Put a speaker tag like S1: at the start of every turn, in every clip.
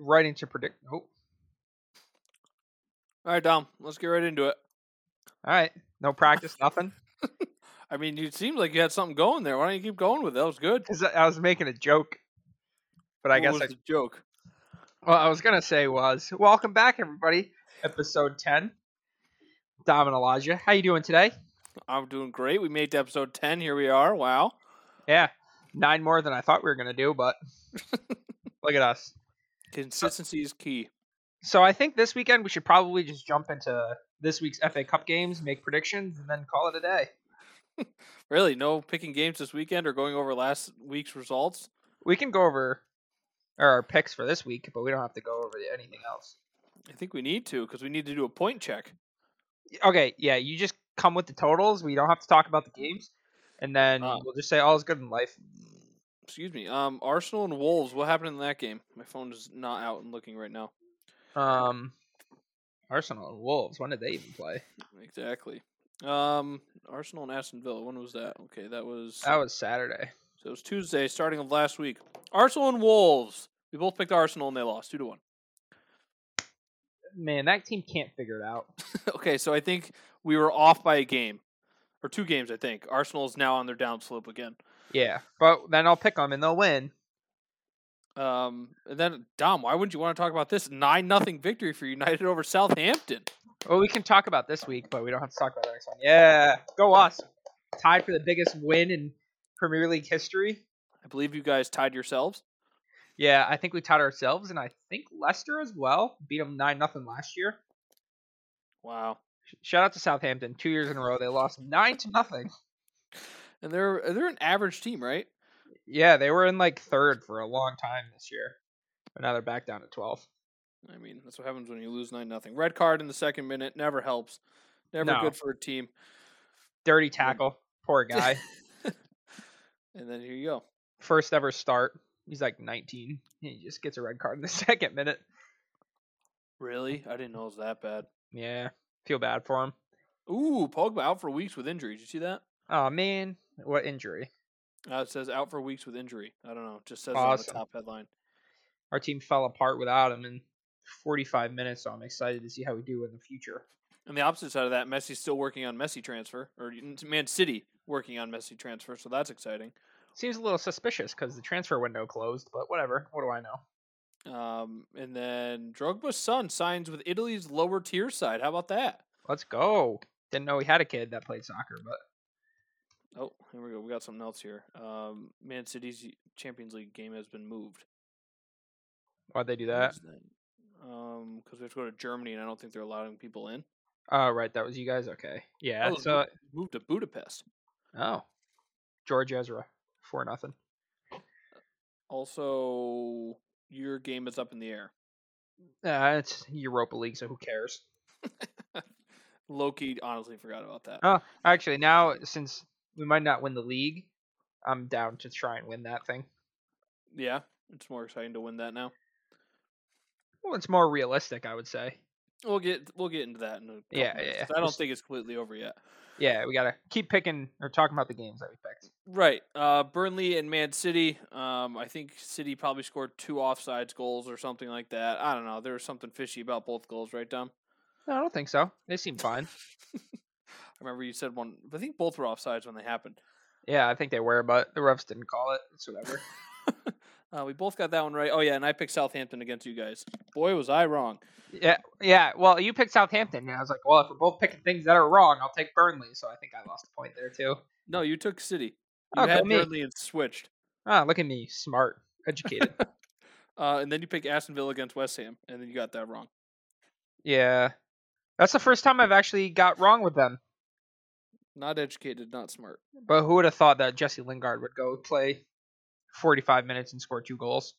S1: right into predict. Oh, all
S2: All right, Dom, let's get right into it.
S1: right. No practice, nothing.
S2: I mean, you seemed like you had something going there. Why don't you keep going with it? That was good.
S1: Because I was making a joke, but I
S2: What
S1: guess
S2: was
S1: I,
S2: the joke.
S1: what I was gonna say was, welcome back, everybody. Episode ten. Dom and Elijah, how you doing today?
S2: I'm doing great. We made it to episode ten. Here we are. Wow.
S1: Uh Yeah, nine more than I thought we were gonna do, but look at us.
S2: Consistency is key.
S1: So I think this weekend we should probably just jump into this week's FA Cup games, make predictions, and then call it a day.
S2: Really, no picking games this weekend or going over last week's results.
S1: We can go over or our picks for this week, but we don't have to go over the- anything else.
S2: I think we need to because we need to do a point check.
S1: Okay, yeah, you just come with the totals. We don't have to talk about the games, and then
S2: Uh.
S1: we'll just say all is good in life.
S2: Excuse me. Um, Arsenal and Wolves. What happened in that game? My phone is not out and looking right now.
S1: Um, Arsenal and Wolves. When did they even play?
S2: Exactly. Um, Arsenal and Aston Villa. When was that? Okay, that was
S1: That was Saturday.
S2: So it was Tuesday, starting of last week. Arsenal and Wolves. We both picked Arsenal and they lost two to one.
S1: Man, that team can't figure it out.
S2: okay, so I think we were off by a game or two games. I think Arsenal is now on their downslope again.
S1: Yeah, but then I'll pick them and they'll win.
S2: Um, and then Dom, why wouldn't you want to talk about this nine nothing victory for United over Southampton?
S1: Well, we can talk about this week, but we don't have to talk about the next one. Yeah, go us. Tied for the biggest win in Premier League history.
S2: I believe you guys tied yourselves.
S1: Yeah, I think we tied ourselves, and I think Leicester as well beat them nine nothing last year.
S2: Wow.
S1: Sh- Shout out to Southampton. Two years in a row, they lost nine to nothing.
S2: And they're they're an average team, right?
S1: Yeah, they were in like third for a long time this year, but now they're back down to twelve.
S2: I mean, that's what happens when you lose nine nothing. Red card in the second minute never helps. Never
S1: No.
S2: good for a team.
S1: Dirty tackle, poor guy.
S2: And then here you go.
S1: First ever start. He's like 19. He just gets a red card in the second minute.
S2: Really? I didn't know it was that bad.
S1: Yeah, feel bad for him.
S2: Ooh, Pogba out for weeks with injury. Did you see that?
S1: Oh man, what injury!
S2: Uh, it says out for weeks with injury. I don't know. It just says it
S1: Awesome.
S2: on the top headline.
S1: Our team fell apart without him in 45 minutes, so I'm excited to see how we do in the future.
S2: And the opposite side of that, Messi's still working on Messi transfer, or n- Man City working on Messi transfer. So that's exciting.
S1: Seems a little suspicious because the transfer window closed, but whatever. What do I know?
S2: Um, and then Drogba's son signs with Italy's lower tier side. How about that?
S1: Let's go. Didn't know we had a kid that played soccer, but
S2: Oh, here we go. We got something else here. Um, Man City's Champions League game has been moved.
S1: why'd they do that?
S2: Um, because we have to go to Germany, and I don't think they're allowing people in.
S1: Oh, right, that was you guys. Okay, yeah.
S2: Oh, it
S1: so,
S2: Moved to Budapest.
S1: oh, George Ezra, four nothing.
S2: Also, your game is up in the air.
S1: Uh, it's Europa League, so who cares?
S2: Loki honestly forgot about that.
S1: Oh, actually, now since we might not win the league, I'm down to try and win that thing.
S2: Yeah, it's more exciting to win that now.
S1: Well, it's more realistic, I would say.
S2: We'll get we'll get into that in a couple
S1: Yeah,
S2: minutes,
S1: yeah,
S2: 'cause I don't
S1: just-
S2: think it's completely over yet.
S1: Yeah, we gotta keep picking or talking about the games that we picked.
S2: Right. Uh, Burnley and Man City. Um, I think City probably scored two offsides goals or something like that. I don't know. There was something fishy about both goals, right, Dom?
S1: No, I don't think so. They seem fine.
S2: I remember you said one. I think both were offsides when they happened.
S1: yeah, I think they were, but the refs didn't call it. It's whatever.
S2: Uh, we both got that one right. Oh yeah, and I picked Southampton against you guys. Boy, was I wrong.
S1: yeah, yeah. Well, you picked Southampton, and I was like, well, if we're both picking things that are wrong, I'll take Burnley. So I think I lost a point there too.
S2: No, you took City. You
S1: Oh, go
S2: had
S1: me.
S2: Burnley and switched.
S1: Ah, look at me, smart, educated.
S2: Uh, and then you picked Aston Villa against West Ham, and then you got that wrong.
S1: yeah, that's the first time I've actually got wrong with them.
S2: Not educated, not smart.
S1: But who would have thought that Jesse Lingard would go play 45 minutes and score two goals?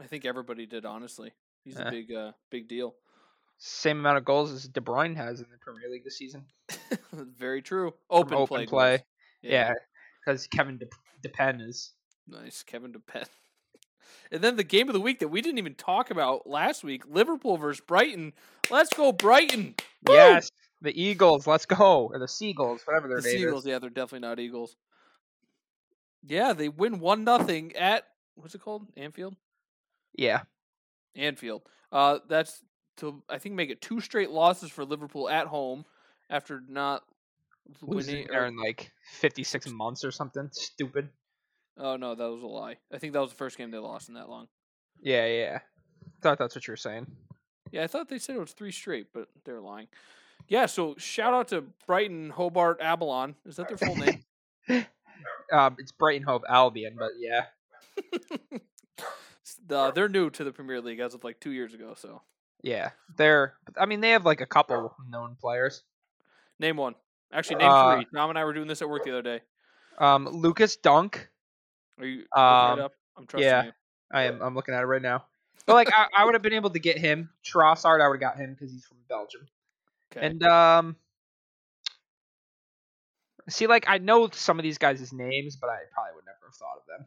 S2: I think everybody did, honestly. He's
S1: Yeah.
S2: a big, uh, big deal.
S1: Same amount of goals as De Bruyne has in the Premier League this season.
S2: Very true.
S1: from
S2: Open, play. goals.
S1: Yeah, because Kevin De- Depen is.
S2: Nice, Kevin DePet. And then the game of the week that we didn't even talk about last week: Liverpool versus Brighton. Let's go, Brighton. Woo!
S1: Yes, the Eagles. Let's go, or the Seagulls, whatever their
S2: The
S1: name
S2: Seagulls.
S1: is.
S2: Yeah, they're definitely not Eagles. Yeah, they win one nothing at what's it called? Anfield.
S1: Yeah,
S2: Anfield. Uh, that's to I think make it two straight losses for Liverpool at home after not
S1: Losing
S2: winning.
S1: there
S2: Or,
S1: in like 56 months or something. Stupid.
S2: oh no, that was a lie. I think that was the first game they lost in that long.
S1: Yeah, yeah. Thought that's what you were saying.
S2: Yeah, I thought they said it was three straight, but they're lying. Yeah, so shout out to Brighton Hobart Abalon. Is that their full name?
S1: Um, it's Brighton Hove Albion, but yeah.
S2: Uh, they're new to the Premier League as of like two years ago. So
S1: Yeah. They're, I mean, they have like a couple known players.
S2: name one. Actually, name
S1: Uh,
S2: three. Tom and I were doing this at work the other day.
S1: Um, Lucas Dunk.
S2: Are you looking
S1: Um,
S2: it up? I'm trusting
S1: yeah.
S2: you.
S1: I am, I'm looking at it right now. But like, I, I would have been able to get him. Trossard, I would have got him because he's from Belgium.
S2: Okay.
S1: And um, see, like I know some of these guys' names, but I probably would never have thought of them.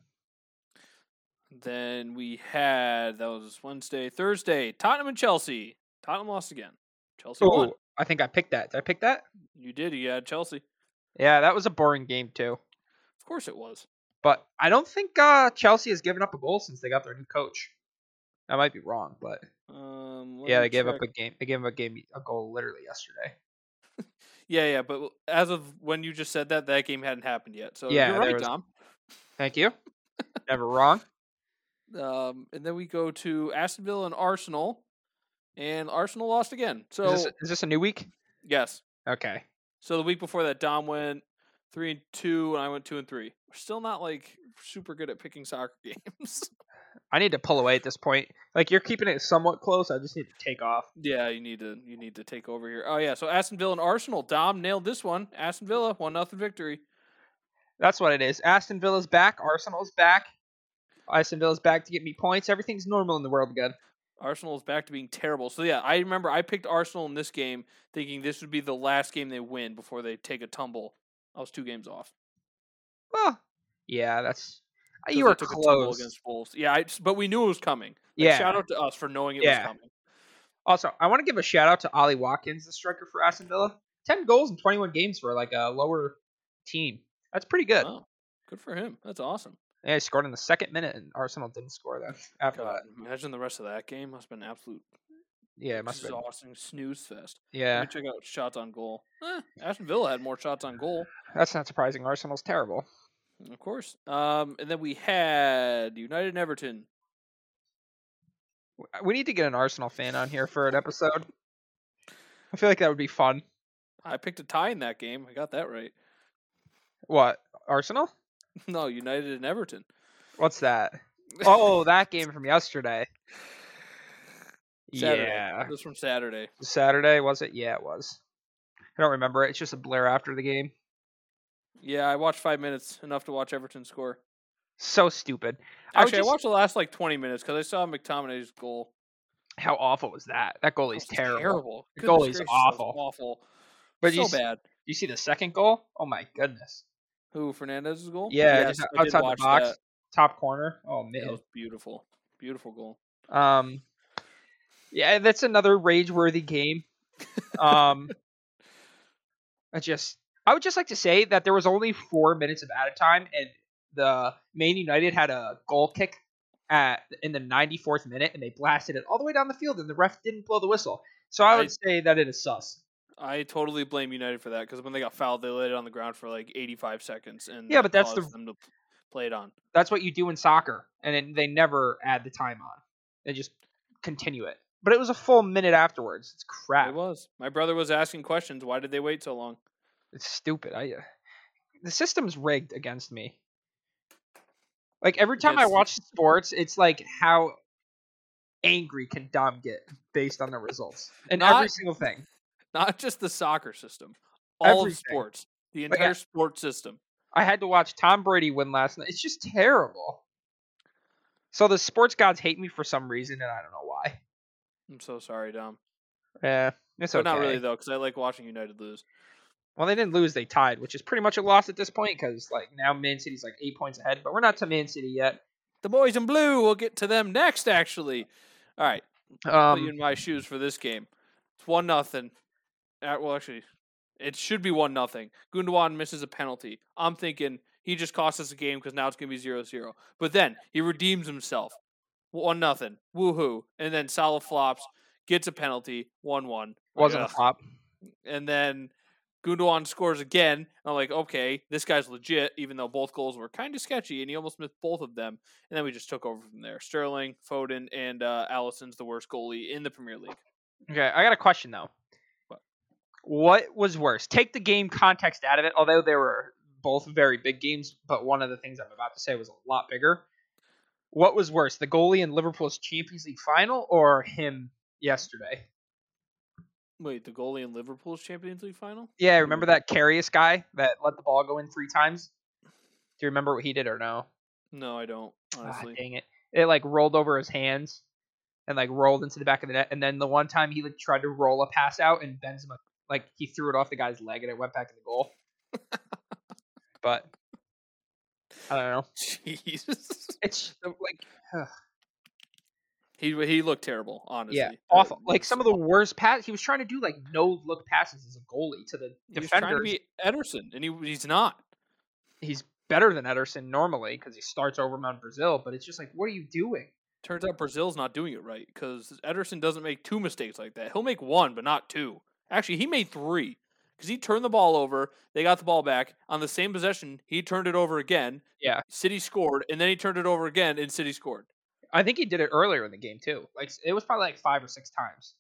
S2: Then we had that was Wednesday, Thursday, Tottenham and Chelsea. Tottenham lost again. Chelsea won.
S1: Ooh, I think I picked that. Did I pick that?
S2: You did. You had Chelsea.
S1: Yeah, that was a boring game too.
S2: Of course it was.
S1: But I don't think uh, Chelsea has given up a goal since they got their new coach. I might be wrong, but
S2: Um, let
S1: yeah,
S2: me
S1: they gave
S2: check.
S1: up a game. They gave up a game a goal literally yesterday.
S2: Yeah, yeah. But as of when you just said that, that game hadn't happened yet. So
S1: Yeah,
S2: you're
S1: there
S2: right,
S1: was-
S2: Tom.
S1: Thank you. Never wrong.
S2: Um, and then we go to Aston Villa and Arsenal, and Arsenal lost again. So
S1: Is this, is this a new week?
S2: yes.
S1: Okay.
S2: So the week before that, Dom went three and two, and I went two and three. We're still not like super good at picking soccer games.
S1: I need to pull away at this point. Like you're keeping it somewhat close. I just need to take off.
S2: Yeah, you need to you need to take over here. Oh yeah, so Aston Villa and Arsenal. Dom nailed this one. Aston Villa one nothing victory.
S1: That's what it is. Aston Villa's back. Arsenal's back. Aston Villa's back to get me points. Everything's normal in the world again.
S2: Arsenal is back to being terrible. So yeah, I remember I picked Arsenal in this game thinking this would be the last game they win before they take a tumble. I was two games off.
S1: Well, yeah, that's uh,
S2: 'cause
S1: you
S2: they
S1: were
S2: took a tumble
S1: close.
S2: against Wolves. Yeah, I just, but we knew it was coming. Like,
S1: yeah.
S2: Shout out to us for knowing it
S1: Yeah.
S2: was coming.
S1: also, I want to give a shout out to Ollie Watkins, the striker for Aston Villa. Ten goals in 21 games for like a lower team. That's pretty good.
S2: Wow. Good for him. That's awesome.
S1: Yeah, he scored in the second minute, and Arsenal didn't score that. After
S2: God,
S1: that,
S2: imagine the rest of that game. Must have been an absolute
S1: yeah, it must have been.
S2: exhausting snooze fest.
S1: Yeah,
S2: Let me check out shots on goal. Eh, Aston Villa had more shots on goal.
S1: that's not surprising. Arsenal's terrible.
S2: Of course. Um, and then we had United and Everton.
S1: We need to get an Arsenal fan on here for an episode. I feel like that would be fun.
S2: I picked a tie in that game. I got that right.
S1: What Arsenal?
S2: no, United and Everton.
S1: What's that? Oh, that game from yesterday.
S2: Saturday.
S1: Yeah.
S2: This from Saturday.
S1: Saturday, was it? Yeah, it was. I don't remember. It's just a blur after the game.
S2: Yeah, I watched five minutes, enough to watch Everton score.
S1: So stupid. I was
S2: Actually, I,
S1: just-
S2: watched the last like twenty minutes because I saw McTominay's goal.
S1: How awful was that? That
S2: That
S1: goalie's
S2: was
S1: terrible. The
S2: Goodness
S1: goalie's
S2: gracious, that was
S1: awful.
S2: Awful.
S1: But
S2: so
S1: you, see-
S2: bad.
S1: you see the second goal? Oh my goodness.
S2: Who Fernandez's goal?
S1: Yeah,
S2: Yes,
S1: just
S2: I did
S1: outside the
S2: watch
S1: box,
S2: That.
S1: top corner. Oh
S2: That
S1: man.
S2: was beautiful. Beautiful goal.
S1: Um Yeah, that's another rage-worthy game. Um I just I would just like to say that there was only 4 minutes of added time and the Man United had a goal kick at in the 94th minute and they blasted it all the way down the field and the ref didn't blow the whistle. So I would
S2: I-
S1: say that it is sus.
S2: I totally blame United for that because when they got fouled, they laid it on the ground for like 85 seconds, and
S1: Yeah,
S2: that
S1: but that's the-
S2: caused them to p- play it on.
S1: That's what you do in soccer, and it, they never add the time on. They just continue it. But it was a full minute afterwards. It's crap.
S2: It was. My brother was asking questions. Why did they wait so long?
S1: It's stupid. I uh, the system's rigged against me. Like every time I
S2: Against you.
S1: watch sports, it's like how angry can Dom get based on the results and every
S2: Not-
S1: single thing.
S2: Not just the soccer system, all
S1: Everything.
S2: of sports, the
S1: But yeah.
S2: entire sport system.
S1: I had to watch Tom Brady win last night. It's just terrible. So the sports gods hate me for some reason, and I don't know why.
S2: I'm so sorry, Dom.
S1: Yeah, it's
S2: So
S1: okay.
S2: not really though, because I like watching United lose.
S1: Well, they didn't lose; they tied, which is pretty much a loss at this point because like now Man City's like eight points ahead, but we're not to Man City yet.
S2: The boys in blue. We'll get to them next. Actually, all right. Put you
S1: Um,
S2: in my shoes for this game. It's one nothing. Uh, well, actually, it should be one nothing. Gundogan misses a penalty. I'm thinking he just cost us a game because now it's gonna be 0-0. But then he redeems himself. one nothing, woohoo, and then Salah flops, gets a penalty, one one.
S1: Wasn't a flop.
S2: and then Gundogan scores again. I'm like, okay, this guy's legit, even though both goals were kind of sketchy, and he almost missed both of them. And then we just took over from there. Sterling, Foden, and uh, Allison's the worst goalie in the Premier League.
S1: Okay, I got a question though.
S2: What?
S1: What was worse? Take the game context out of it, although they were both very big games, but one of the things I'm about to say was a lot bigger. What was worse, the goalie in Liverpool's Champions League final or him yesterday?
S2: Wait, the goalie in Liverpool's Champions League final?
S1: Yeah, remember that Carius guy that let the ball go in three times? Do you remember what he did or no?
S2: No, I don't.
S1: Ah,
S2: Honestly,
S1: dang it. It like rolled over his hands and like rolled into the back of the net. And then the one time he like tried to roll a pass out and Benzema like he threw it off the guy's leg and it went back in the goal. but I don't know.
S2: jeez,
S1: It's like
S2: he he looked terrible. Honestly,
S1: yeah,
S2: That
S1: awful.
S2: was
S1: Like some of the worst pass he was trying to do like no look passes as a goalie to the
S2: He was trying to
S1: defenders.
S2: be Ederson, and he he's not.
S1: He's better than Ederson normally because he starts over him on Brazil. But it's just like, what are you doing?
S2: Turns out Brazil's not doing it right because Ederson doesn't make two mistakes like that. He'll make one, but not two. Actually, he made three because he turned the ball over. They got the ball back on the same possession. He turned it over again.
S1: Yeah.
S2: City scored, and then he turned it over again, and City scored.
S1: I think he did it earlier in the game too. Like it was probably like five or six times.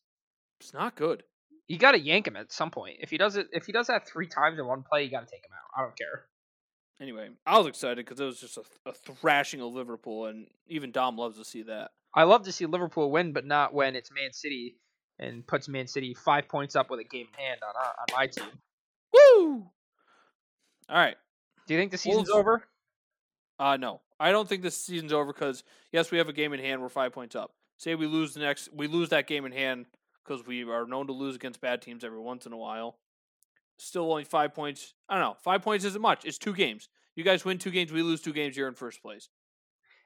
S2: It's not good.
S1: you got to yank him at some point. If he does it, if he does that three times in one play, you got to take him out. I don't care.
S2: Anyway, I was excited because it was just a, a thrashing of Liverpool, and even Dom loves to see that.
S1: I love to see Liverpool win, but not when it's Man City and puts Man City five points up with a game in hand on our, on my team.
S2: Woo! All right.
S1: Do you think the season's
S2: Wolves-
S1: over?
S2: Uh no. I don't think this season's over because yes, we have a game in hand. We're five points up. Say we lose the next, we lose that game in hand because we are known to lose against bad teams every once in a while. Still only five points. I don't know. Five points isn't much. It's two games. You guys win two games, we lose two games. You're in first place.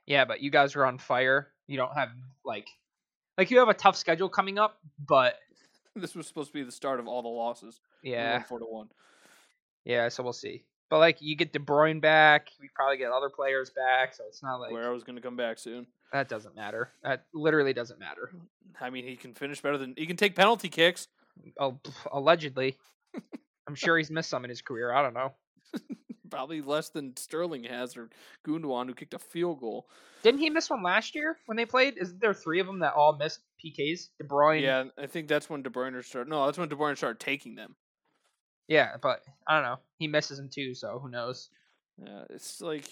S1: Yeah, but you guys are on fire. You don't have like, like you have a tough schedule coming up, but
S2: This was supposed to be the start of all the losses. We won
S1: yeah,
S2: four to one.
S1: yeah. So we'll see. But like, you get De Bruyne back. We probably get other players back, so it's not like
S2: where I was going to come back soon.
S1: that doesn't matter. That literally doesn't matter.
S2: I mean, he can finish better than he can take penalty kicks.
S1: Oh, allegedly, I'm sure he's missed some in his career. I don't know.
S2: Probably less than Sterling has or Gundogan, who kicked a field goal.
S1: Didn't he miss one last year when they played? Isn't there three of them that all missed PKs? De Bruyne.
S2: Yeah, I think that's when De Bruyne started. No, that's when De Bruyne started taking them.
S1: Yeah, but I don't know. He misses them too, so who knows?
S2: Yeah, it's like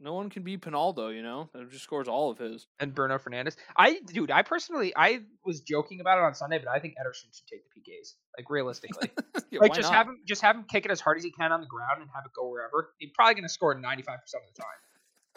S2: no one can beat Pinaldo, you know. That just scores all of his.
S1: And Bruno Fernandez. I dude, I personally I was joking about it on Sunday, but I think Ederson should take the PKs. Like realistically.
S2: Yeah,
S1: like
S2: why
S1: just
S2: not?
S1: have him just have him kick it as hard as he can on the ground and have it go wherever. He's probably gonna score ninety five percent of the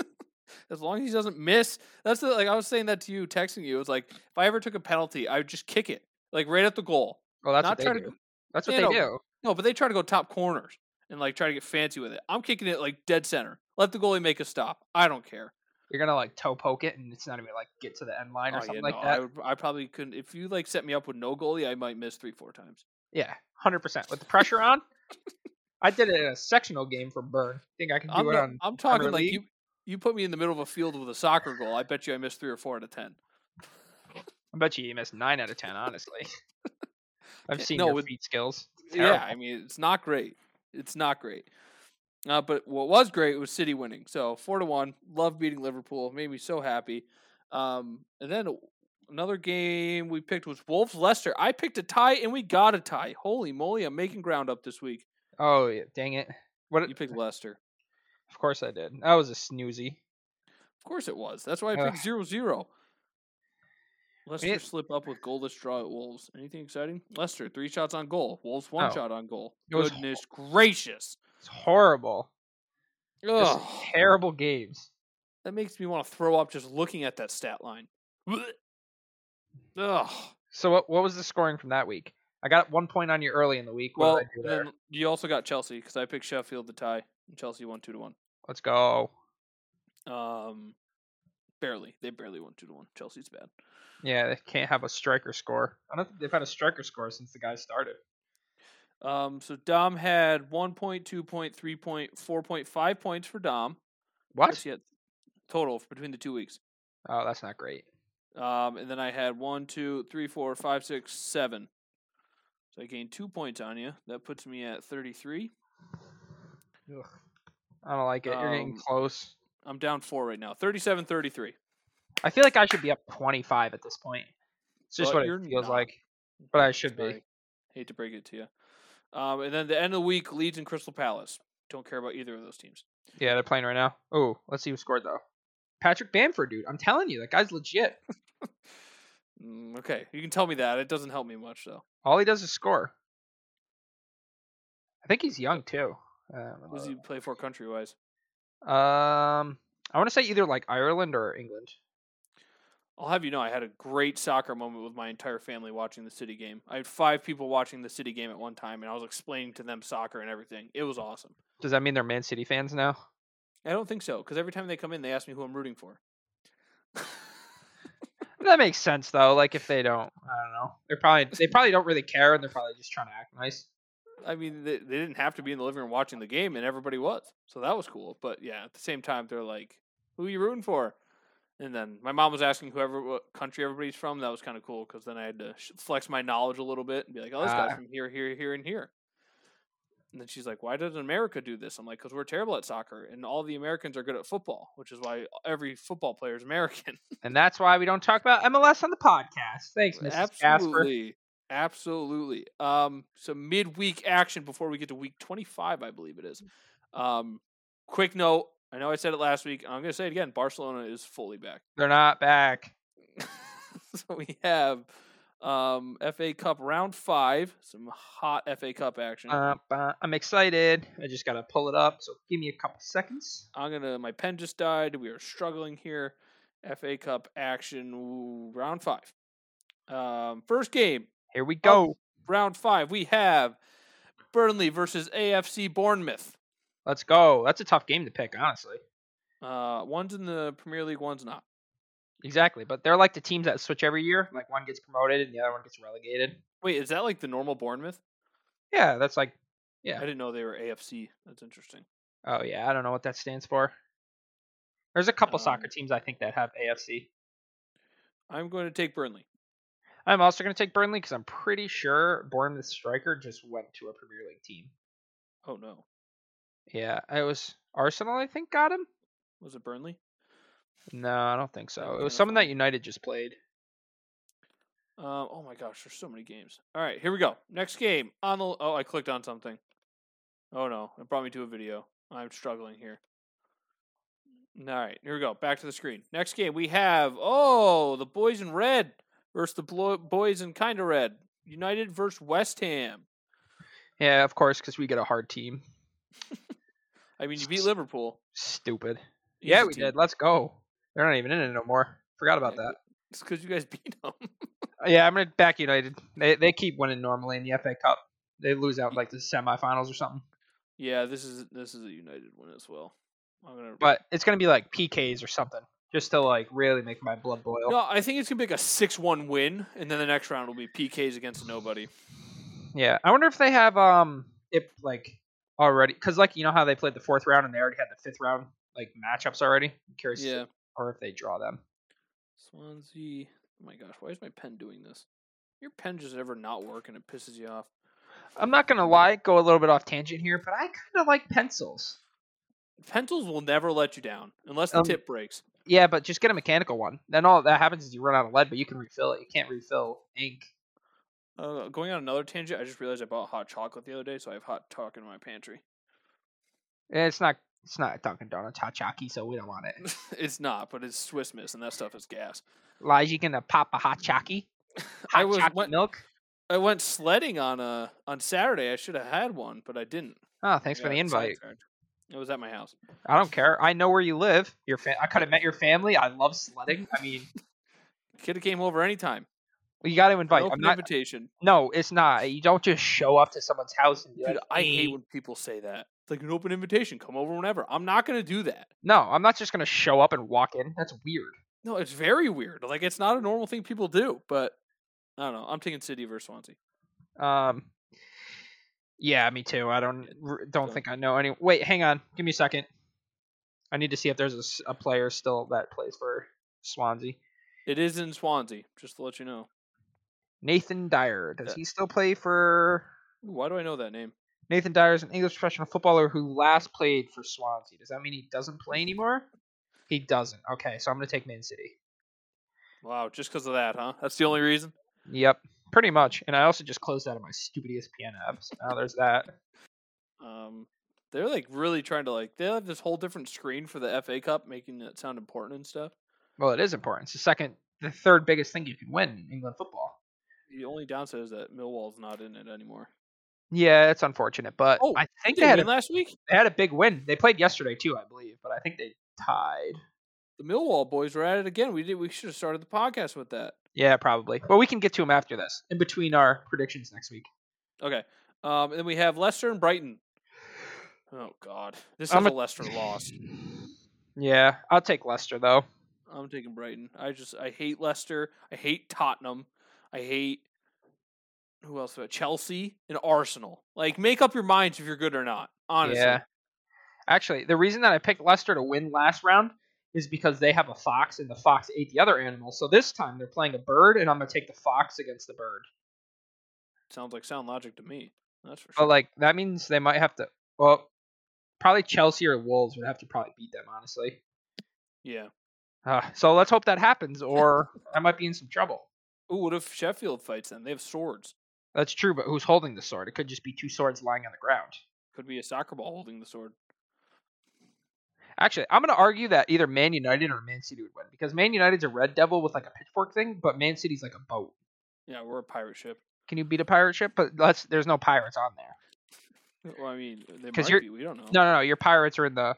S1: time.
S2: as long as he doesn't miss. That's the, like I was saying that to you, texting you. It's like if I ever took a penalty, I would just kick it like right at the goal.
S1: Well that's
S2: Not
S1: what
S2: try
S1: they
S2: to
S1: do.
S2: go-
S1: That's what
S2: Yeah,
S1: they
S2: no,
S1: do.
S2: No, but they try to go top corners and like try to get fancy with it. I'm kicking it like dead center. Let the goalie make a stop. I don't care.
S1: You're gonna like toe poke it and it's not even like get to the end line or
S2: Oh,
S1: something
S2: yeah,
S1: like
S2: no,
S1: that.
S2: I, would, I probably couldn't. If you like set me up with no goalie, I might miss three, four times.
S1: Yeah, hundred percent. With the pressure on, I did it in a sectional game for Burn. Think I can do
S2: I'm,
S1: it
S2: not-
S1: on?
S2: I'm talking like
S1: League?
S2: you. You put me in the middle of a field with a soccer goal. I bet you I missed three or four out of ten.
S1: I bet you you missed nine out of ten. Honestly, I've
S2: Yeah,
S1: seen
S2: no,
S1: your
S2: with-
S1: feet skills. It's
S2: Yeah,
S1: terrible.
S2: I mean it's not great. It's not great. Uh, but what was great was City winning. So four to one. Love beating Liverpool. Made me so happy. Um, and then another game we picked was Wolves Leicester. I picked a tie and we got a tie. Holy moly! I'm making ground up this week.
S1: Oh yeah, dang it! What?
S2: You picked Leicester.
S1: of course I did. That was a snoozy.
S2: Of course it was. That's why I
S1: Ugh.
S2: picked zero zero. Leicester
S1: It-
S2: slip up with goalless draw at Wolves. Anything exciting? Leicester three shots on goal. Wolves one
S1: Oh.
S2: shot on goal.
S1: It was hor-
S2: Goodness gracious!
S1: It's horrible. Just
S2: Ugh.
S1: terrible games.
S2: That makes me want to throw up just looking at that stat line. Ugh.
S1: So what? What was the scoring from that week? I got one point on you early in the week. What
S2: Well,
S1: did I do
S2: and
S1: there?
S2: then you also got Chelsea because I picked Sheffield to tie, and Chelsea won two to one.
S1: Let's go.
S2: Um, barely. They barely won two to one. Chelsea's bad.
S1: Yeah, they can't have a striker score. I don't think they've had a striker score since the guy started.
S2: Um, so Dom had one point, two point, three point, four point, five points for Dom.
S1: What?
S2: That's yet total f- between the two weeks.
S1: Oh, that's not great.
S2: Um, and then I had one, two, three, four, five, six, seven. So I gained two points on you. That puts me at 33.
S1: I don't like it. You're getting
S2: Um,
S1: close.
S2: I'm down four right now. 37 33.
S1: I feel like I should be up 25 at this point. It's just
S2: But
S1: what
S2: you're
S1: it feels
S2: not.
S1: like. But I should be.
S2: Sorry. Hate to break it to you. Um, and then the end of the week, Leeds and Crystal Palace. Don't care about either of those teams.
S1: Yeah, they're playing right now. Oh, let's see who scored though. Patrick Bamford, dude. I'm telling you, that guy's legit.
S2: Mm, okay, you can tell me that. It doesn't help me much though.
S1: All he does is score. I think he's young too. Uh, I don't
S2: Who does
S1: know.
S2: he play for country wise?
S1: Um, I want to say either like Ireland or England.
S2: I'll have you know, I had a great soccer moment with my entire family watching the city game. I had five people watching the city game at one time, and I was explaining to them soccer and everything. It was awesome.
S1: Does that mean they're Man City fans now?
S2: I don't think so because every time they come in, they ask me who I'm rooting for.
S1: That makes sense though. Like if they don't, I don't know. They're probably they probably don't really care, and they're probably just trying to act nice.
S2: I mean, they, they didn't have to be in the living room watching the game, and everybody was, so that was cool. But yeah, at the same time, they're like, "Who you rooting for?" And then my mom was asking whoever what country everybody's from. That was kind of cool because then I had to sh- flex my knowledge a little bit and be like, "Oh, this guy's
S1: Ah.
S2: from here, here, here, and here." And then she's like, "Why doesn't America do this?" I'm like, "Cause we're terrible at soccer, and all the Americans are good at football, which is why every football player is American."
S1: And that's why we don't talk about MLS on the podcast. Thanks, Mrs. Casper.
S2: absolutely, absolutely. Um, so midweek action before we get to week twenty-five, I believe it is. Um, quick note: I know I said it last week. and I'm going to say it again. Barcelona is fully back,
S1: They're not back.
S2: so we have um, FA Cup round five. Some hot FA Cup action.
S1: Uh, bah, I'm excited. I just gotta pull it up. So give me a couple seconds.
S2: I'm gonna. My pen just died. We are struggling here. FA Cup action ooh, round five. Um, first game
S1: Here
S2: Oh.
S1: we go.
S2: round five, we have Burnley versus AFC Bournemouth.
S1: Let's go. That's a tough game to pick, honestly.
S2: Uh, one's in the Premier League, one's not.
S1: Exactly, but they're like the teams that switch every year. Like one gets promoted and the other one gets relegated.
S2: Wait, is that like the normal Bournemouth?
S1: Yeah, that's like.
S2: I
S1: Yeah.
S2: didn't know they were AFC. That's interesting.
S1: Oh yeah, I don't know what that stands for. There's a couple soccer
S2: Um,
S1: teams I think that have AFC.
S2: I'm going to take Burnley.
S1: I'm also going to take Burnley because I'm pretty sure Bournemouth striker just went to a Premier League team.
S2: Oh no,
S1: Yeah, it was Arsenal. I think got him.
S2: was it Burnley?
S1: No, I don't think so. It
S2: don't
S1: was
S2: know.
S1: someone that United just played.
S2: Um, oh my gosh, there's so many games. All right, here we go. Next game on the. Oh, I clicked on something. Oh no, it brought me to a video. I'm struggling here. All right, here we go. Back to the screen. Next game we have oh the boys in red versus the blo- boys in kind of red. United versus West Ham.
S1: Yeah, of course, because we get a hard team.
S2: I mean, you beat Liverpool.
S1: Stupid.
S2: Easy
S1: yeah, we
S2: team.
S1: did. Let's go. They're not even in it no more. Forgot about
S2: Yeah,
S1: that.
S2: It's because you guys beat them.
S1: Uh, Yeah, I'm gonna back United. They they keep winning normally in the FA Cup. They lose out like the semifinals or something.
S2: yeah, this is this is a United win as well. I'm gonna.
S1: But it's gonna be like PKs or something, just to like really make my blood boil.
S2: no, I think it's gonna be like a six-one win, and then the next round will be PKs against nobody.
S1: Yeah, I wonder if they have um if like already because like you know how they played the fourth round and they already had the fifth round like matchups already. I'm curious, to-
S2: Yeah.
S1: or if they draw them.
S2: Swansea. Oh my gosh, why is my pen doing this? Your pen just ever not working. It pisses you off.
S1: I'm not gonna lie, go a little bit off tangent here, but I kind of like pencils.
S2: Pencils will never let you down unless the
S1: Um,
S2: tip breaks.
S1: Yeah, but just get a mechanical one. Then all that happens is you run out of lead, but you can refill it. You can't refill ink.
S2: Uh, going on another tangent, I just realized I bought hot chocolate the other day, so I have hot chocolate in my pantry.
S1: Eh, It's not. It's not Dunkin' Donuts hot chocky, so we don't want it.
S2: it's not, but it's Swiss Miss, and that stuff is gas.
S1: Lies, you gonna pop a hot chocky? Hot
S2: I was
S1: chocky
S2: went,
S1: milk.
S2: I went sledding on uh on Saturday. I should have had one, but I didn't.
S1: Oh, thanks
S2: I
S1: for
S2: got
S1: the invite.
S2: sidetracked. It was at my house.
S1: I don't care. I know where you live. Your fa- I could have met your family. I love sledding. I mean,
S2: Could have came over anytime.
S1: you got to invite.
S2: An
S1: I'm
S2: open
S1: not.
S2: invitation.
S1: No, it's not. You don't just show up to someone's house and be
S2: Dude,
S1: like,
S2: I hate
S1: "Hey."
S2: when people say that. It's like an open invitation. Come over whenever. I'm not gonna do that.
S1: No, I'm not just gonna show up and walk in. That's weird.
S2: No, it's very weird. Like it's not a normal thing people do, but I don't know. I'm taking City versus Swansea.
S1: Um. Yeah, me too. I don't r- don't
S2: so-
S1: think I know any. Wait, hang on. Give me a second. I need to see if there's a, s- a player still that plays for Swansea.
S2: It is in Swansea, just to let you know.
S1: Nathan Dyer. Does
S2: Yeah.
S1: he still play for
S2: Ooh, Why do I know that name?
S1: Nathan Dyer is an English professional footballer who last played for Swansea. Does that mean he doesn't play anymore? He doesn't. Okay, so I'm going to take Man City.
S2: Wow, just because of that, huh? That's the only reason.
S1: Yep, pretty much. And I also just closed out of my stupid E ESPN app. So now there's that.
S2: Um, they're like really trying to like they have this whole different screen for the FA Cup, making it sound important and stuff.
S1: Well, it is important. It's the second, the third biggest thing you can win in England football.
S2: The only downside is that Millwall's not in it anymore.
S1: Yeah, it's unfortunate, but
S2: Oh,
S1: I think
S2: Did
S1: they
S2: they
S1: had
S2: win
S1: a,
S2: last week?
S1: they had a big win. They played yesterday too, I believe, but I think they tied.
S2: The Millwall boys were at it again. We did. We should have started the podcast with that.
S1: Yeah, probably. But we can get to them after this, in between our predictions next week.
S2: Okay. Um, and then we have Leicester and Brighton. Oh God, this is
S1: I'm
S2: a
S1: a-
S2: Leicester loss.
S1: Yeah, I'll take Leicester though.
S2: I'm taking Brighton. I just I hate Leicester. I hate Tottenham. I hate who else? Uh, Chelsea and Arsenal. Like, make up your minds if you're good or not. Honestly,
S1: Yeah. Actually, the reason that I picked Leicester to win last round is because they have a fox and the fox ate the other animal. So this time they're playing a bird and I'm going to take the fox against the bird.
S2: sounds like sound logic to me. That's for sure.
S1: But like that means they might have to well probably Chelsea or Wolves would have to probably beat them honestly.
S2: yeah.
S1: Uh, so let's hope that happens or I might be in some trouble.
S2: Ooh, what if Sheffield fights them? They have swords.
S1: That's true, but who's holding the sword? It could just be two swords lying on the ground.
S2: Could be a soccer ball holding the sword.
S1: Actually, I'm going to argue that either Man United or Man City would win because Man United's a red devil with like a pitchfork thing, but Man City's like a boat.
S2: Yeah, we're a pirate ship.
S1: Can you beat a pirate ship? But let's there's no pirates on there.
S2: Well, I mean, uh, they
S1: 'Cause
S2: might
S1: you're-
S2: be. We don't know.
S1: No, no, no. Your pirates are in the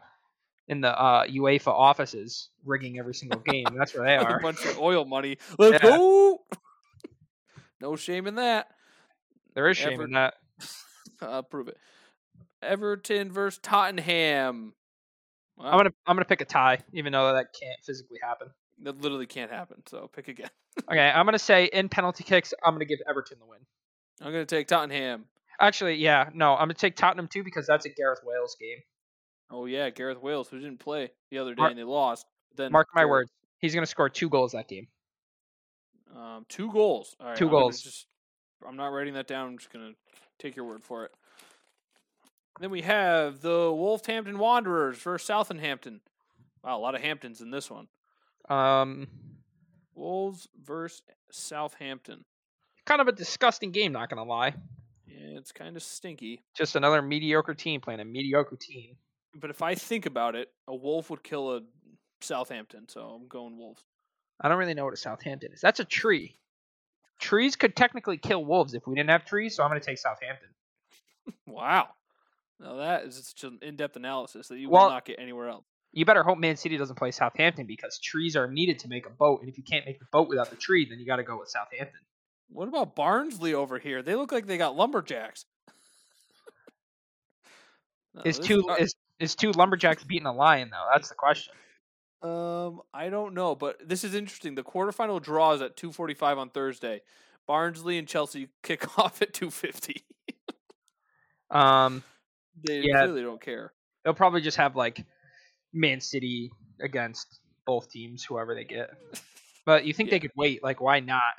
S1: in the uh, UEFA offices, rigging every single game. That's where they
S2: with
S1: are.
S2: a bunch of oil money. Let's
S1: Yeah.
S2: go. No shame in that.
S1: There is shame
S2: Everton.
S1: in that.
S2: Uh, prove it. Everton versus Tottenham. Wow,
S1: I'm gonna I'm gonna pick a tie, even though that can't physically happen.
S2: that literally can't happen. So pick again.
S1: Okay, I'm gonna say in penalty kicks, I'm gonna give Everton the win.
S2: I'm gonna take Tottenham.
S1: Actually, yeah, no, I'm gonna take Tottenham too because that's a Gareth Wales game.
S2: Oh yeah, Gareth Wales, who didn't play the other day
S1: Mark-
S2: and they lost. Then
S1: Mark my
S2: Gareth-
S1: words, he's gonna score two goals that game.
S2: Um, two goals. All right,
S1: Two
S2: I'm gonna
S1: goals.
S2: Just, I'm not writing that down. I'm just gonna take your word for it. Then we have the Wolfhampton Wanderers versus Southampton. Wow, a lot of Hamptons in this one.
S1: Um,
S2: Wolves versus Southampton.
S1: kind of a disgusting game, not gonna lie.
S2: Yeah, it's kind of stinky.
S1: Just another mediocre team playing a mediocre team.
S2: But if I think about it, a wolf would kill a Southampton, so I'm going wolves.
S1: I don't really know what a Southampton is. That's a tree. Trees could technically kill wolves if we didn't have trees, so I'm going to take Southampton.
S2: Wow. Now that is just an in-depth analysis that you
S1: Well-
S2: will not get anywhere else.
S1: You better hope Man City doesn't play Southampton because trees are needed to make a boat, and if you can't make the boat without the tree, then you got to go with Southampton.
S2: What about Barnsley over here? They look like they got lumberjacks. No,
S1: Is
S2: this-
S1: two
S2: uh,
S1: is is two lumberjacks beating a lion though? That's the question.
S2: um I don't know, but this is interesting. The quarterfinal draw is at 2:45 on Thursday. Barnsley and Chelsea kick off at 2:50.
S1: Um,
S2: they
S1: Yeah.
S2: really don't care.
S1: they'll probably just have like Man City against both teams, whoever they get. But you think they
S2: Yeah.
S1: could wait? Like, why not?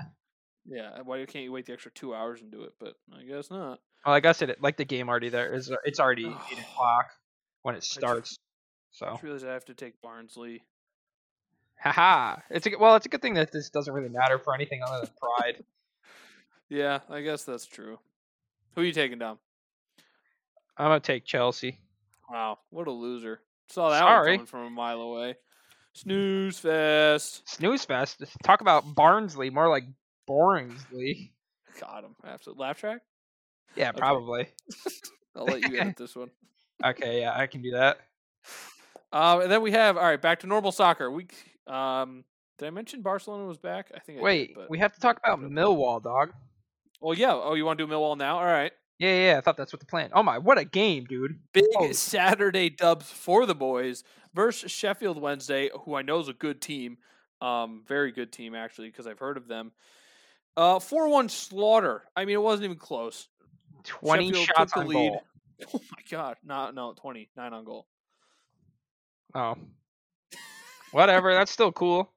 S2: Yeah, why can't you wait the extra two hours and do it? But I guess not.
S1: Well, like I said, it, like the game already there is. It's already eight o'clock when it
S2: ju-
S1: starts.
S2: I
S1: So
S2: just realized I have to take Barnsley.
S1: Haha. It's a, g- well, it's a good thing that this doesn't really matter for anything other than pride.
S2: Yeah, I guess that's true. Who you taking, Dom?
S1: I'm gonna take Chelsea.
S2: Wow, what a loser! Saw that
S1: Sorry.
S2: one coming from a mile away. Snooze fest.
S1: Snooze fest. Talk about Barnsley, more like Boringsley.
S2: Got him. After laugh track,
S1: Yeah,
S2: Okay.
S1: probably.
S2: I'll let you edit this one.
S1: Okay, yeah, I can do that.
S2: Um, and then we have all right. Back to normal soccer. We um, did I mention Barcelona was back? I think. I
S1: Wait,
S2: did, but,
S1: we have to talk about
S2: Sure.
S1: Millwall, dog.
S2: well, yeah. Oh, you want to do Millwall now? All right.
S1: Yeah, yeah, yeah, I thought that's what the plan. Oh my, what a game, dude.
S2: Big
S1: Oh.
S2: Saturday dubs for the boys versus Sheffield Wednesday, who I know is a good team, um, very good team actually because I've heard of them. Uh, four one slaughter. I mean, it wasn't even close.
S1: Twenty
S2: Sheffield
S1: shots
S2: took
S1: on
S2: the lead.
S1: goal.
S2: Oh my god! No, no, twenty nine on goal.
S1: Oh, whatever. That's still cool.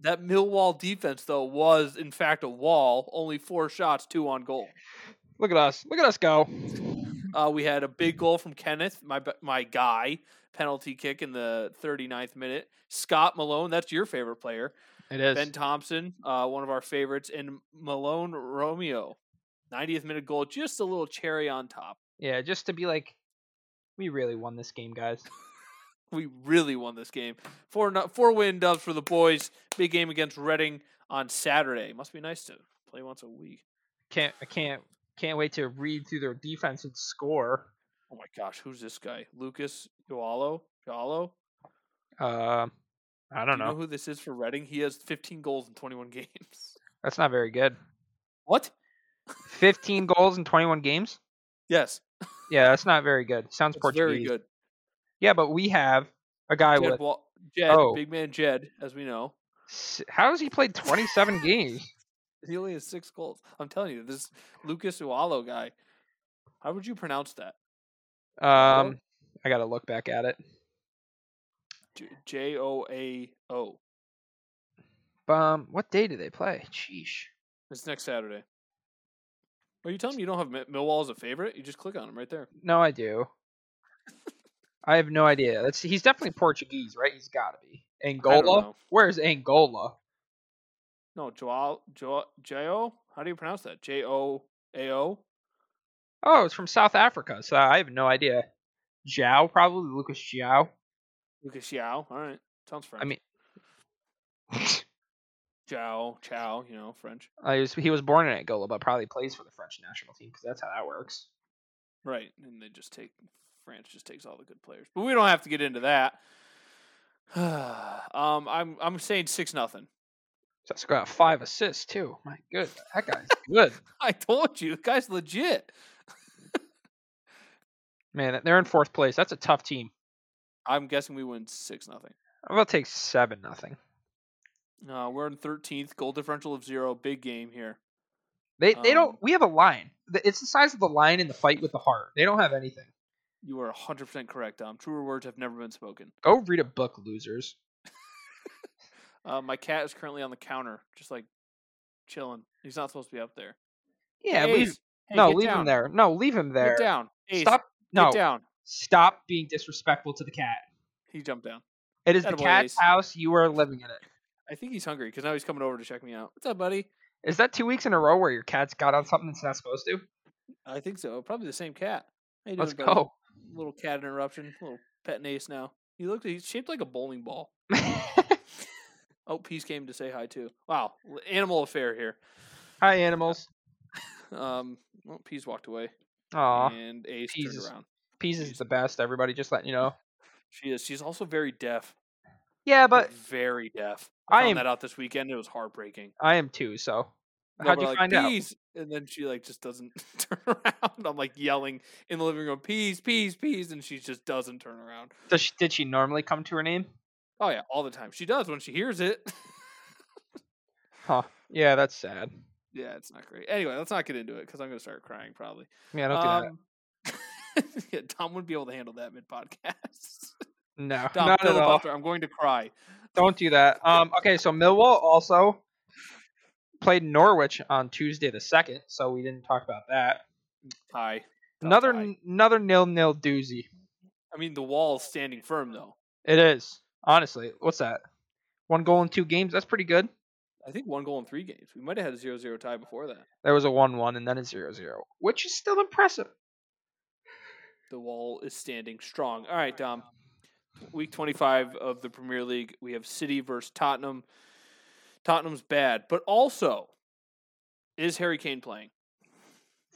S2: That Millwall defense, though, was in fact a wall. Only four shots, two on goal.
S1: Look at us. Look at us go.
S2: Uh, we had a big goal from Kenneth, my b- my guy, penalty kick in the 39th minute. Scott Malone, that's your favorite player.
S1: It is.
S2: Ben Thompson, uh, one of our favorites, and Malone Romeo, 90th minute goal, just a little cherry on top.
S1: yeah, just to be like, we really won this game, guys.
S2: We really won this game. Four no- four win dubs for the boys. Big game against Reading on Saturday. Must be nice to play once a week.
S1: Can't I can't can't wait to read through their defense and score.
S2: Oh my gosh, who's this guy? Lucas Joalo? Joalo?
S1: Uh, I
S2: Do you
S1: don't know.
S2: know who this is for Reading? He has 15 goals in 21 games.
S1: That's not very good.
S2: What?
S1: 15 goals in 21 games.
S2: Yes,
S1: Yeah, that's not very good. Sounds
S2: it's
S1: Portuguese.
S2: very good.
S1: Yeah, but we have a guy
S2: Jed,
S1: with
S2: Wa- Jed
S1: Oh.
S2: big man Jed, as we know,
S1: s- how has he played 27 games?
S2: he only has six goals. I'm telling you, this Lucas Ualo guy. How would you pronounce that?
S1: Um, I gotta look back at it.
S2: J O A O.
S1: Um, what day do they play? Sheesh.
S2: It's next Saturday. Are you telling me you don't have Mi- Millwall as a favorite? You just click on him right there.
S1: No, I do. I have no idea. Let's see. He's definitely Portuguese, right? He's gotta be.
S2: I don't
S1: Angola?
S2: know.
S1: Where's Angola?
S2: No, Joao, Joao, J-O? How do you pronounce that? J O A O?
S1: Oh, it's from South Africa, so I have no idea. Zhao, probably Lucas Zhao.
S2: Lucas Yao. All right. Sounds French.
S1: mean-
S2: Joao, Chow, you know, French.
S1: Uh, he, was, he was born in Angola, but probably plays for the French national team because that's how that works.
S2: Right, and they just take France just takes all the good players. But we don't have to get into that. um, I'm I'm saying six nothing.
S1: So that's got five assists too. My good, that guy's good.
S2: I told you, the guy's legit.
S1: Man, they're in fourth place. That's a tough team.
S2: I'm guessing we win six nothing.
S1: I'm gonna take seven nothing.
S2: Uh, we're in thirteenth, goal differential of zero. Big game here.
S1: They they
S2: Um,
S1: don't. We have a line. Th- It's the size of the line in the fight with the heart. They don't have anything.
S2: You are hundred percent correct, Dom. Truer words have never been spoken.
S1: Go read a book, losers.
S2: Uh, my cat is currently on the counter, just like chilling. He's not supposed to be up there.
S1: Yeah,
S2: Hey,
S1: leave.
S2: Ace, hey,
S1: no,
S2: get
S1: leave
S2: down.
S1: him there. No, leave him there.
S2: Get down. Ace,
S1: Stop. No,
S2: Get down.
S1: stop being disrespectful to the cat.
S2: He jumped down.
S1: It is the
S2: Attaboy,
S1: cat's
S2: Ace.
S1: house. You are living in it.
S2: I think he's hungry because now he's coming over to check me out. What's up, buddy?
S1: Is that two weeks in a row where your cat's got on something it's not supposed to?
S2: I think so. Probably the same cat. How you
S1: Let's
S2: doing, buddy?
S1: go.
S2: Little cat interruption. Little pet nace now. He looked. He's shaped like a bowling ball. Oh, Peace came to say hi too. Wow, l- animal affair here.
S1: Hi, animals.
S2: Um, well, Peace walked away,
S1: Aw,
S2: and Ace
S1: Peas
S2: turned
S1: is-
S2: around.
S1: peas is the best. Everybody, just letting you know.
S2: She is. She's also very deaf.
S1: Yeah,
S2: like,
S1: but
S2: very deaf. I
S1: I
S2: found
S1: am.
S2: that out this weekend. It was heartbreaking.
S1: I am too. So
S2: No,
S1: how'd
S2: but
S1: you
S2: like,
S1: find out?
S2: "Peas," And then she like just doesn't turn around. I'm like yelling in the living room, peas, peas, peas, and she just doesn't turn around.
S1: Does she, did she normally come to her name?
S2: Oh yeah, all the time. She does when she hears it.
S1: Huh. Yeah, that's sad.
S2: yeah, it's not great. Anyway, let's not get into it because I'm gonna start crying probably.
S1: Yeah, don't do
S2: Um, yeah, Tom wouldn't be able to handle that mid podcast.
S1: that. No,
S2: Tom,
S1: not at all.
S2: filibuster, I'm going to cry.
S1: Don't do that. Um. Okay, so Millwall also played Norwich on Tuesday the second, so we didn't talk about that.
S2: Hi.
S1: Another
S2: Hi.
S1: another nil nil doozy.
S2: I mean, the wall's standing firm though.
S1: It is honestly. What's that? One goal in two games. That's pretty good.
S2: I think one goal in three games. We might have had a 0-0 tie before that.
S1: There was a 1 1 and then a 0 0, which is still impressive.
S2: The wall is standing strong. All right, Dom. Week 25 of the Premier League, we have City versus Tottenham. Tottenham's bad, but also, is Harry Kane playing?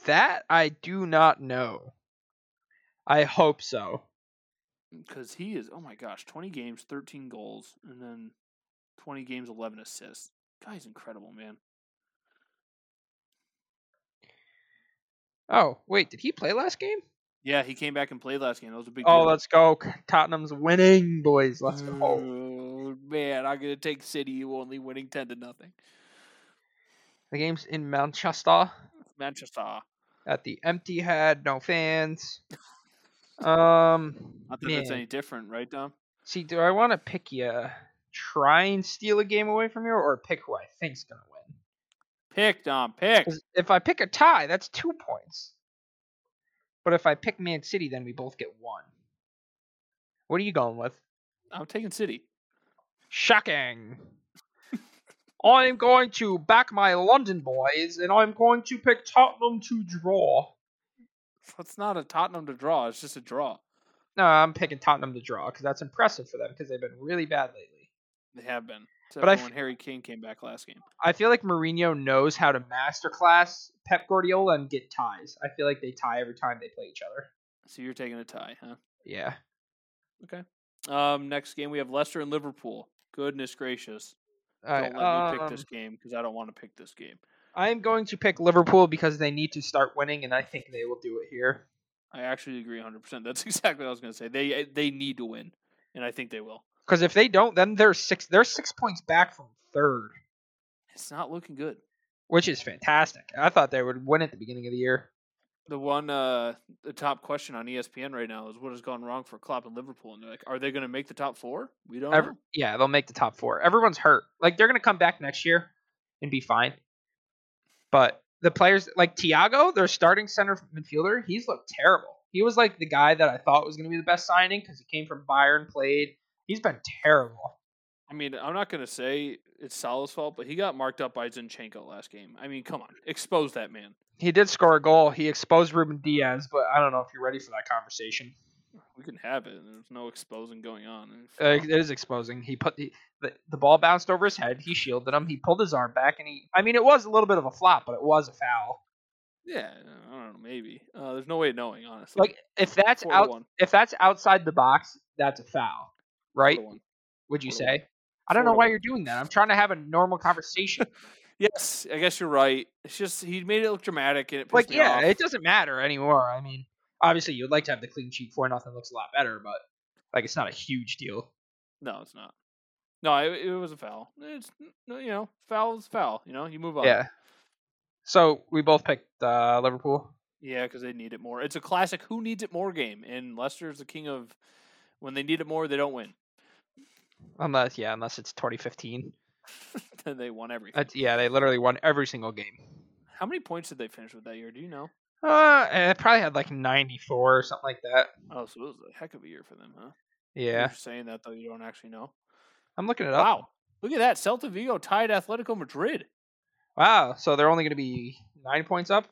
S1: That I do not know. I hope so.
S2: Because he is, oh my gosh, 20 games, 13 goals, and then 20 games, 11 assists. Guy's incredible, man.
S1: Oh, wait, did he play last game?
S2: Yeah, he came back and played last game. That was a big
S1: Oh,
S2: deal.
S1: let's go. Tottenham's winning, boys. Let's go.
S2: Oh, man, I'm going to take City only winning 10 to nothing.
S1: The game's in Manchester
S2: Manchester.
S1: at the empty head, no fans. Um,
S2: Not that it's
S1: man.
S2: any different, right, Dom?
S1: see, do I want to pick you? try and steal a game away from you, or pick who I think's gonna win.
S2: Pick, Dom, pick.
S1: 'Cause if I pick a tie, that's two points. But if I pick Man City, then we both get one. What are you going with?
S2: I'm taking City.
S1: Shocking. I'm going to back my London boys, and I'm going to pick Tottenham to draw.
S2: It's not a Tottenham to draw. It's just a draw.
S1: No, I'm picking Tottenham to draw because that's impressive for them because they've been really bad lately.
S2: They have been. Except
S1: But I
S2: for
S1: f-
S2: when Harry Kane came back last game.
S1: I feel like Mourinho knows how to masterclass Pep Guardiola and get ties. I feel like they tie every time they play each other.
S2: So you're taking a tie, huh?
S1: Yeah.
S2: Um, next game we have Leicester and Liverpool. Goodness gracious!
S1: All right,
S2: don't let me pick
S1: um,
S2: this game because I don't want to pick this game.
S1: I'm going to pick Liverpool because they need to start winning, and I think they will do it here.
S2: I actually agree 100. percent That's exactly what I was going to say. They eh, they need to win, and I think they will.
S1: Because if they don't, then they're six. They're six points back from third,
S2: It's not looking good.
S1: which is fantastic. I thought they would win at the beginning of the year.
S2: The one uh the top question on E ESPN right now is what has gone wrong for Klopp and Liverpool, and they're like, are they going to make the top four? We don't.
S1: Ever-
S2: know.
S1: yeah, they'll make the top four. Everyone's hurt. Like they're gonna come back next year and be fine. But the players like Tiago, their starting center midfielder, he's looked terrible. He was like the guy that I thought was gonna be the best signing because he came from Bayern, played. He's been terrible.
S2: I mean, I'm not going to say it's Salah's fault, but he got marked up by Zinchenko last game. I mean, come on, expose that man.
S1: He did score a goal. He exposed Ruben Diaz, but I don't know if you're ready for that conversation.
S2: We can have it. There's no exposing going on.
S1: Uh, it is exposing. He put the, the the ball bounced over his head. He shielded him. He pulled his arm back, and he. I mean, it was a little bit of a flop, but it was a foul.
S2: Yeah, I don't know. Maybe uh, there's no way of knowing, honestly.
S1: Like if that's
S2: Four to
S1: out,
S2: one,
S1: if that's outside the box, that's a foul,
S2: four
S1: right?
S2: to one.
S1: Would you
S2: Four to one.
S1: say? I don't
S2: Four
S1: know
S2: to
S1: why
S2: one.
S1: you're doing that. I'm trying to have a normal conversation.
S2: Yes, I guess you're right. It's just he made it look dramatic, and it pissed
S1: like,
S2: me
S1: yeah,
S2: off.
S1: it doesn't matter anymore. I mean, obviously, you'd like to have the clean sheet. Four nothing looks a lot better, but like, it's not a huge deal.
S2: No, it's not. No, it, it was a foul. It's no, you know, foul is foul. You know, you move on.
S1: Yeah. So we both picked uh, Liverpool.
S2: yeah, because they need it more. It's a classic. Who needs it more game? And Leicester's the king of when they need it more, they don't win.
S1: Unless, yeah, unless it's 2015.
S2: then they won everything.
S1: That's, yeah, they literally won every single game.
S2: How many points did they finish with that year? Do you know?
S1: Uh, it probably had like 94 or something like that.
S2: Oh, so it was a heck of a year for them, huh? You're
S1: Yeah,
S2: just saying that though, you don't actually know.
S1: I'm looking it up.
S2: Wow, look at that! Celta Vigo tied Atletico Madrid.
S1: Wow, so they're only going to be nine points up.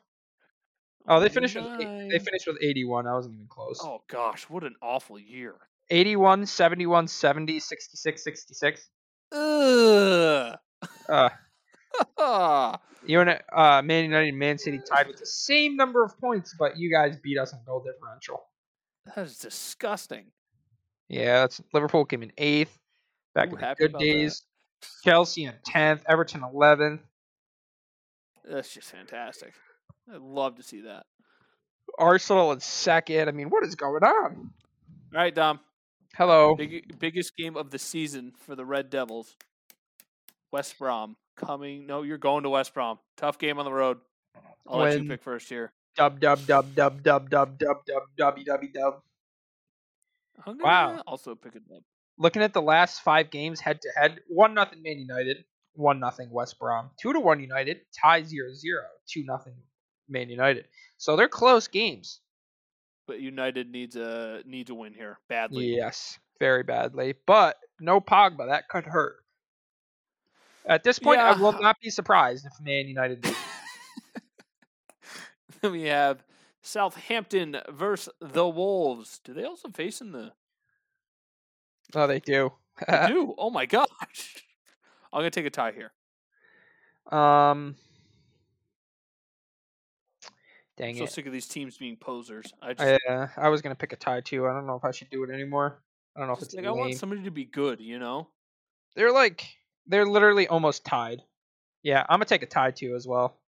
S1: Oh, they
S2: Only
S1: finished. With, eight- they
S2: nine.
S1: finished with 81. I wasn't even close.
S2: Oh gosh, what an awful year.
S1: 81, 71, 70, 66, 66.
S2: Ugh.
S1: Uh,
S2: Ah.
S1: you and uh, Man United and Man City tied with the same number of points, but you guys beat us on goal differential.
S2: that is disgusting.
S1: Yeah, that's Liverpool came in eighth. Back
S2: Ooh,
S1: in the
S2: happy
S1: good
S2: about that.
S1: days. Chelsea in tenth. Everton eleventh.
S2: That's just fantastic. I'd love to see that.
S1: Arsenal in second. I mean, what is going on?
S2: All right, Dom.
S1: Hello.
S2: Big, biggest game of the season for the Red Devils. West Brom coming. No, you're going to West Brom. Tough game on the road. I'll let you
S1: When-
S2: pick first here.
S1: Dub dub dub dub dub dub dub dub dubby dubby dub.
S2: I'm
S1: Wow.
S2: gonna Also pick a dub.
S1: looking at the last five games head to head, one nothing Man United, one nothing West Brom, two to one United, tie 0-0, two nothing Man United. So they're close games.
S2: But United needs a needs a win here badly.
S1: Yes, very badly, but no Pogba that could hurt. At this point, I will
S2: Yeah.
S1: not be surprised if Man United. lose.
S2: Then we have Southampton versus the Wolves. Do they also face in the
S1: oh, they do.
S2: do? Oh my gosh! I'm gonna take a tie here.
S1: um,
S2: I'm
S1: dang
S2: so
S1: it.
S2: sick of these teams being posers. I just,
S1: I, uh, I was gonna pick a tie too. I don't know if I should do it anymore. I don't know if
S2: just
S1: it's
S2: like, I want
S1: lame.
S2: somebody to be good, you know.
S1: They're like they're literally almost tied. Yeah, I'm gonna take a tie too as well.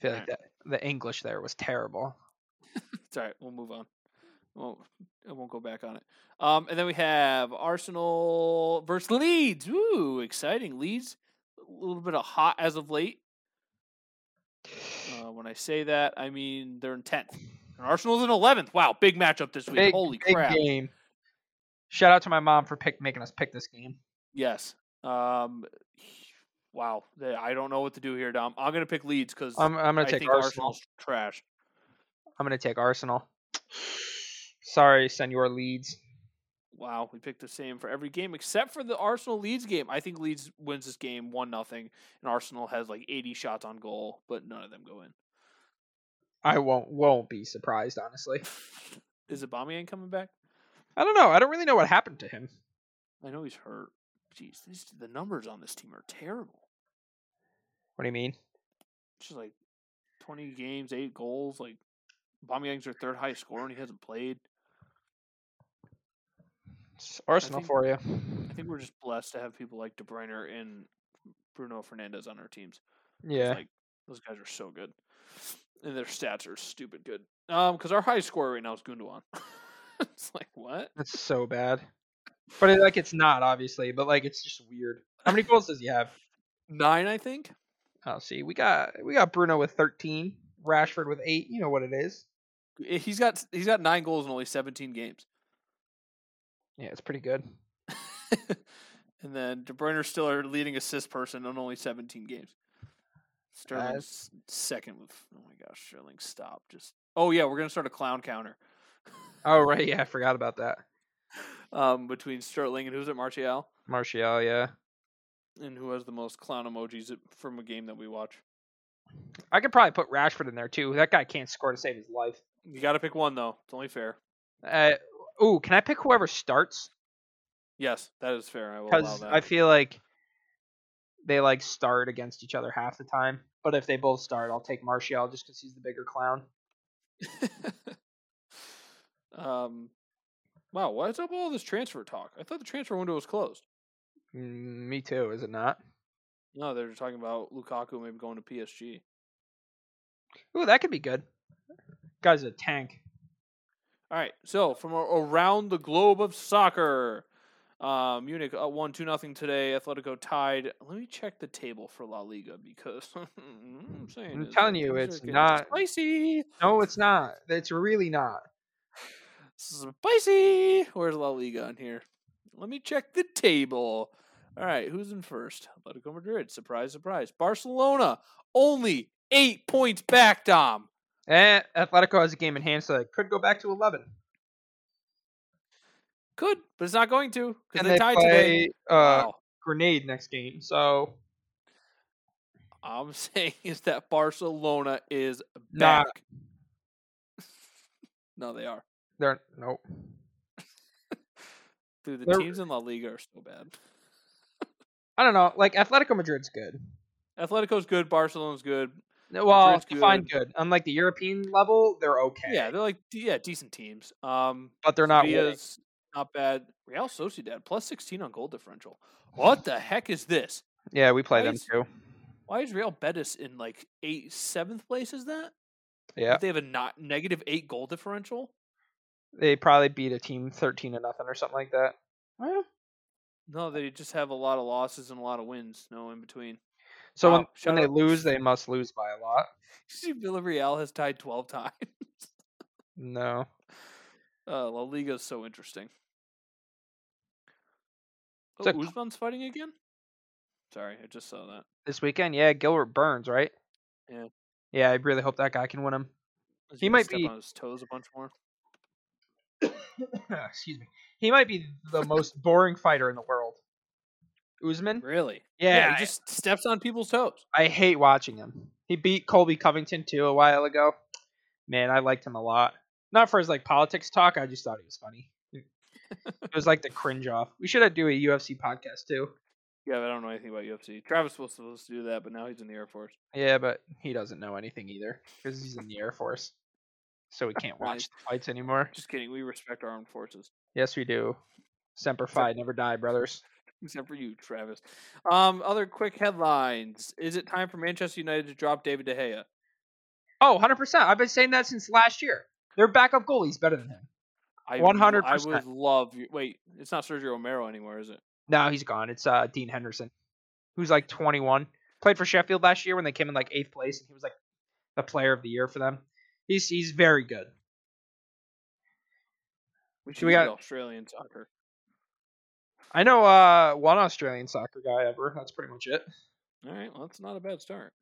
S1: I feel like that the English there was terrible.
S2: It's all right. We'll move on. I won't, I won't go back on it. Um, and then we have Arsenal versus Leeds. Ooh, exciting! Leeds, a little bit of hot as of late. Uh, when I say that, I mean they're in tenth, and Arsenal's in eleventh. Wow, big matchup this week.
S1: Big,
S2: Holy
S1: big
S2: crap!
S1: game. Shout out to my mom for pick making us pick this game.
S2: Yes. Um. Wow. They- I don't know what to do here, Dom. I'm gonna pick Leeds because
S1: I'm I'm
S2: I
S1: gonna take
S2: think
S1: Arsenal.
S2: Arsenal's trash.
S1: I'm gonna take Arsenal. Sorry, Senor Leeds.
S2: Wow, we picked the same for every game except for the Arsenal Leeds game. I think Leeds wins this game one nothing, and Arsenal has like 80 shots on goal, but none of them go in.
S1: I won't won't be surprised, honestly.
S2: Is Aubameyang coming back?
S1: I don't know. I don't really know what happened to him.
S2: I know he's hurt. Jeez, these, the numbers on this team are terrible.
S1: What do you mean?
S2: It's just like 20 games, eight goals. Like Aubameyang's their third highest scorer, and he hasn't played.
S1: It's Arsenal
S2: think-
S1: for you.
S2: I think we're just blessed to have people like De Bruyne and Bruno Fernandez on our teams. It's
S1: Yeah.
S2: Like those guys are so good, and their stats are stupid good. Um, because our highest scorer right now is Gundogan. it's like what?
S1: That's so bad. But it, like, it's not obviously. But like, it's just weird. How many goals does he have?
S2: Nine, I think.
S1: Oh, see, we got we got Bruno with thirteen, Rashford with eight. You know what it is.
S2: Eh, He's got he's got nine goals in only seventeen games,
S1: Yeah, it's pretty good.
S2: and then De Bruyne's still our leading assist person on only seventeen games. Sterling's second with oh my gosh, Sterling stop just oh yeah, we're gonna start a clown counter.
S1: Oh right, yeah, I forgot about that.
S2: um, between Sterling and who's it, Martial,
S1: Martial, yeah.
S2: and who has the most clown emojis at- from a game that we watch.
S1: I could probably put Rashford in there too. That guy can't score to save his life.
S2: You got to pick one though. It's only fair.
S1: Uh, ooh, can I pick whoever starts?
S2: Yes, that is fair. I will allow
S1: Because
S2: that.
S1: I feel like they like start against each other half the time. But if they both start, I'll take Martial just because he's the bigger clown.
S2: um, wow, what's up with all this transfer talk? I thought the transfer window was closed.
S1: Mm, me too, is it not?
S2: No, they're talking about Lukaku maybe going to PSG.
S1: Ooh, that could be good. Guy's a tank.
S2: All right, so from a- around the globe of soccer, uh, Munich uh, won two nothing today. Atletico tied. Let me check the table for La Liga because I'm saying
S1: I'm
S2: is that
S1: telling you,
S2: things are
S1: it's
S2: getting
S1: not-
S2: spicy.
S1: No, it's not. It's really not.
S2: Spicy. Where's La Liga on here? Let me check the table. All right, who's in first? Atletico Madrid. Surprise, surprise. Barcelona only eight points back. Dom.
S1: Eh, Atletico has a game in hand, so they could go back to eleven.
S2: Could, but it's not going to
S1: And
S2: because they,
S1: they
S2: tied
S1: play
S2: today.
S1: uh,
S2: wow.
S1: Grenade next game, so
S2: I'm saying is that Barcelona is
S1: Nah.
S2: back. no, they are.
S1: they're nope.
S2: Dude, the
S1: They're-
S2: teams in La Liga are so bad.
S1: I don't know. Like Atletico Madrid's good.
S2: Atletico's good. Barcelona's good.
S1: No, Well,
S2: Madrid's
S1: defined good. Unlike the European level, they're okay.
S2: Yeah, they're like de- yeah, decent teams. Um,
S1: but they're not. winning.
S2: Sevilla's not bad. Real Sociedad plus 16 on goal differential.
S1: Mm-hmm.
S2: What the heck is this?
S1: Yeah, we play
S2: Why
S1: them
S2: is-
S1: too.
S2: Why is Real Betis in like eight seventh place? Is that?
S1: Yeah,
S2: They have a not negative eight goal differential.
S1: they probably beat a team thirteen to nothing or something like that. Well,
S2: No, they just have a lot of losses and a lot of wins. No in between.
S1: so
S2: Wow,
S1: when,
S2: shout
S1: when they
S2: out-
S1: lose, they must lose by a lot.
S2: See, Villarreal has tied 12 times.
S1: No,
S2: Uh, La Liga is so interesting. Oh,
S1: It's a-
S2: Uzman's fighting again. Sorry, I just saw that.
S1: this weekend, yeah, Gilbert Burns, right?
S2: Yeah.
S1: Yeah, I really hope that guy can win him.
S2: Is
S1: He
S2: gonna
S1: might
S2: step
S1: be-
S2: on his toes a bunch more.
S1: Excuse me. He might be the most boring fighter in the world. Usman?
S2: Really?
S1: Hmm? Yeah,
S2: he
S1: I-
S2: just steps on people's toes.
S1: I hate watching him. He beat Colby Covington too a while ago. Man, I liked him a lot. Not for his like politics talk. I just thought he was funny. It was like the cringe off. We should have do a UFC podcast too.
S2: Yeah, but I don't know anything about UFC. Travis was supposed to do that, but now he's in the Air Force.
S1: Yeah, but he doesn't know anything either because he's in the Air Force, so we can't watch
S2: Right.
S1: the fights anymore.
S2: Just kidding. We respect our armed forces,
S1: Yes, we do. Semper Fi, never die, brothers.
S2: except for you, Travis. Um, other quick headlines: Is it time for Manchester United to drop David De Gea?
S1: Oh, 100 percent. I've been saying that since last year. Their backup goalie's better than him.
S2: I would- I
S1: 100%.
S2: would love. your- Wait, it's not Sergio Romero anymore, is it?
S1: No, he's gone. It's uh, Dean Henderson, who's like 21. Played for Sheffield last year when they came in like eighth place, and he was like the player of the year for them. He's he's very good.
S2: We
S1: Should
S2: should
S1: we
S2: get
S1: got-
S2: Australian soccer.
S1: I know uh, one Australian soccer guy ever. That's pretty much it.
S2: All right, well, that's not a bad start.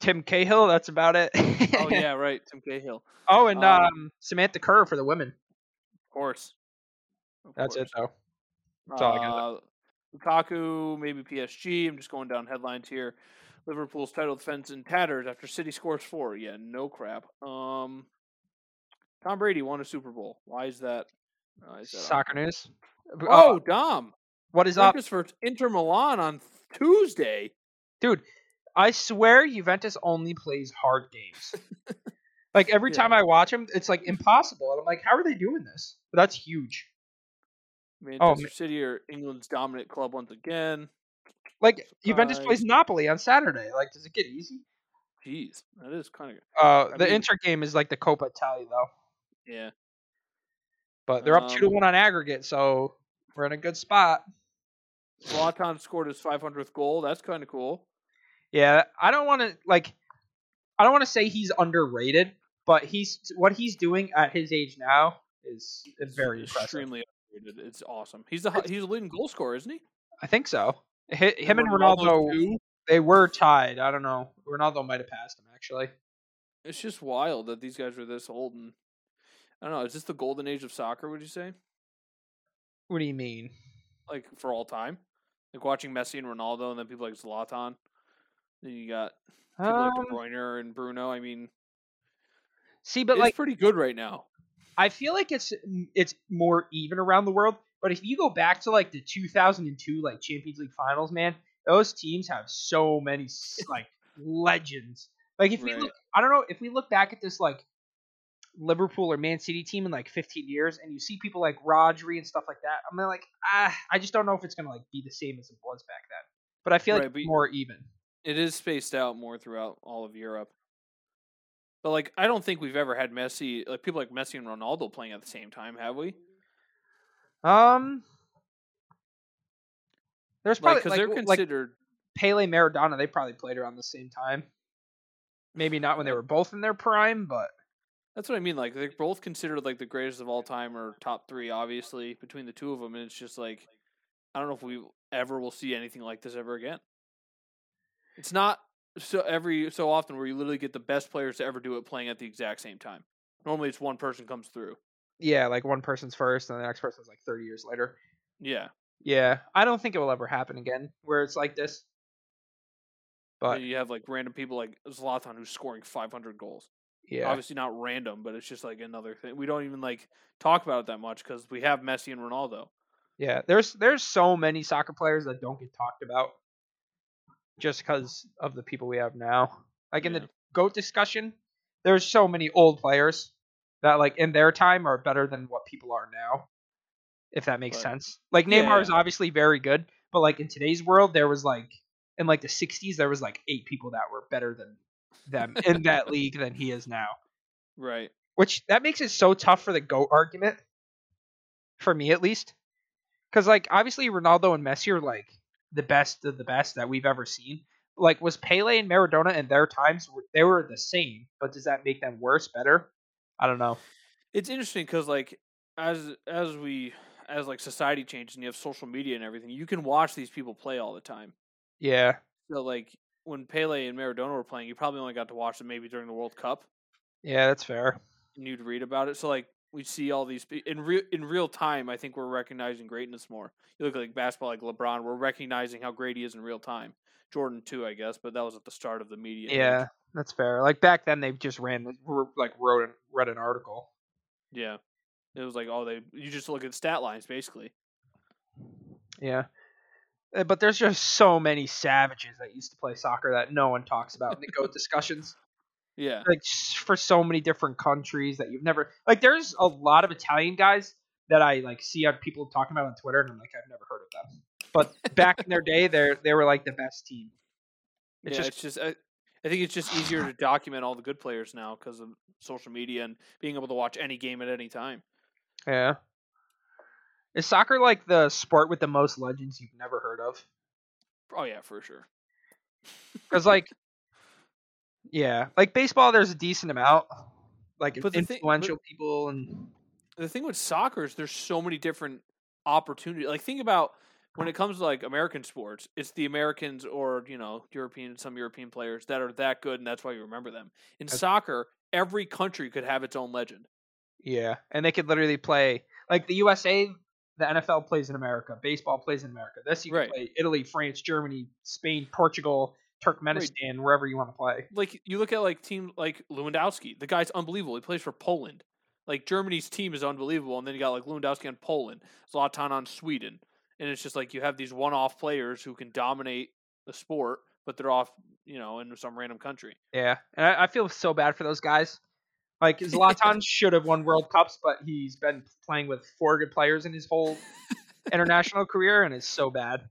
S1: Tim Cahill. That's about it.
S2: Oh yeah, right, Tim Cahill.
S1: Oh, and
S2: Um,
S1: um, Samantha Kerr for the women.
S2: Of course. Of
S1: That's it
S2: course.
S1: though. That's all I got.
S2: Uh, Lukaku, maybe PSG. I'm just going down headlines here. Liverpool's title defense in tatters after City scores four. Yeah, no crap. Um, Tom Brady won a Super Bowl. Why is that? Why is that on-
S1: Soccer news.
S2: Oh,
S1: Oh,
S2: Dom.
S1: what is up,
S2: Marcus for Inter Milan on Tuesday.
S1: dude? I swear Juventus only plays hard games. like every
S2: Yeah.
S1: time I watch them, it's like impossible. And I'm like, how are they doing this? But that's huge. Oh,
S2: Manchester City are England's dominant club once again.
S1: Like Juventus
S2: Surprise.
S1: plays Napoli on Saturday. Like, does it get easy?
S2: Jeez, that is kind of
S1: Uh,
S2: I
S1: the
S2: mean-
S1: Inter game is like the Coppa Italia though,
S2: yeah.
S1: but they're up two to
S2: Um,
S1: one on aggregate, so we're in a good spot.
S2: Zlatan scored his 500th goal. That's kind of cool.
S1: Yeah, I don't want to like, I don't want to say he's underrated, but he's what he's doing at his age now is is
S2: It's
S1: very impressive.
S2: extremely underrated. It's awesome. He's the hi- he's the leading goal scorer, isn't he?
S1: I think so. Hi him and
S2: Ronaldo's
S1: Ronaldo,
S2: two.
S1: they were tied. I don't know. Ronaldo might have passed him actually.
S2: It's just wild that these guys are this old. And I don't know. Is this the golden age of soccer? Would you say,
S1: What do you mean?
S2: like for all time, like watching Messi and Ronaldo, and then people like Zlatan. Then you got people like De
S1: Um,
S2: Bruyne and Bruno. I mean,
S1: see, but
S2: it's
S1: like,
S2: pretty good right now.
S1: I feel like it's mm, it's more even around the world. But if you go back to like the 2002 like Champions League finals, man, those teams have so many s- like legends. Like if
S2: Right.
S1: we look, I don't know if we look back at this like Liverpool or Man City team in like 15 years, and you see people like Rodri and stuff like that. I'm like, ah, I just don't know if it's gonna like be the same as it was back then. But I feel
S2: Right,
S1: like
S2: but
S1: it's
S2: you-
S1: more even.
S2: It is spaced out more throughout all of Europe. But like, I don't think we've ever had Messi, like people like Messi and Ronaldo playing at the same time, have we?
S1: Um, there's probably
S2: Like, because
S1: like,
S2: they're
S1: w- like
S2: considered
S1: Pele, Maradona, they probably played around the same time. Maybe not when they were both in their prime, but
S2: That's what I mean. Like they're both considered like the greatest of all time or top three, obviously between the two of them. And it's just like I don't know if we ever will see anything like this ever again. It's not so every so often where you literally get the best players to ever do it playing at the exact same time. Normally, it's one person comes through.
S1: yeah, like one person's first and the next person's like 30 years later.
S2: Yeah,
S1: Yeah, I don't think it will ever happen again where it's like this. But
S2: and you have like random people like Zlatan who's scoring 500 goals.
S1: yeah,
S2: Obviously, not random, but it's just like another thing. We don't even like talk about it that much because we have Messi and Ronaldo.
S1: yeah, there's there's so many soccer players that don't get talked about just because of the people we have now. Like in
S2: Yeah.
S1: the goat discussion, there's so many old players that like in their time are better than what people are now. If that makes
S2: But-
S1: sense. Like
S2: Yeah,
S1: Neymar is obviously very good, but like in today's world there was like in like the 60s there was like eight people that were better than them in that league than he is now.
S2: Right.
S1: Which that makes it so tough for the goat argument for me at least. Cuz like obviously Ronaldo and Messi are like the best of the best that we've ever seen. Like was Pele and Maradona in their times were- they were the same, but does that make them worse, better? I don't know.
S2: it's interesting because like as as we as like society changes and you have social media and everything you can watch these people play all the time
S1: Yeah.
S2: so like when pele and maradona were playing you probably only got to watch them maybe during the world cup
S1: Yeah, that's fair.
S2: and you'd read about it so like we see all these pe- in real in real time i think we're recognizing greatness more you look at, like basketball like lebron we're recognizing how great he is in real time jordan too i guess but that was at the start of the media
S1: Yeah,
S2: age.
S1: that's fair. Like back then, they just ran the- wr- like wrote and read an article.
S2: yeah it was like oh they you just look at stat lines basically
S1: Yeah, Uh, but there's just so many savages that used to play soccer that no one talks about in the goat discussions.
S2: yeah
S1: Like s- for so many different countries that you've never like. There's a lot of Italian guys that I like see on people talking about on Twitter, and I'm like, I've never heard of them. But back in their day, they they were like the best team. It's
S2: yeah,
S1: just
S2: it's just I, I think it's just easier to document all the good players now because of social media and being able to watch any game at any time.
S1: yeah. Is soccer like the sport with the most legends you've never heard of?
S2: Oh yeah, for sure.
S1: Because like, yeah, like baseball, there's a decent amount, like
S2: But the thing- but-
S1: influential people, and
S2: The thing with soccer is there's so many different opportunity. Like think about when it comes to like American sports, it's the Americans or you know European some European players that are that good, and that's why you remember them. In
S1: That's-
S2: soccer, every country could have its own legend.
S1: Yeah, and they could literally play like the USA. The NFL plays in America. Baseball plays in America. This you can
S2: Right.
S1: play Italy, France, Germany, Spain, Portugal, Turkmenistan, wherever you want to play.
S2: Like you look at like team like Lewandowski, the guy's unbelievable. He plays for Poland. Like Germany's team is unbelievable, and then you got like Lewandowski on Poland, Zlatan on Sweden, and it's just like you have these one-off players who can dominate the sport, but they're off, you know, in some random country.
S1: Yeah, and I, I feel so bad for those guys. Like Zlatan should have won World Cups, but he's been playing with four good players in his whole international career, and it's so bad.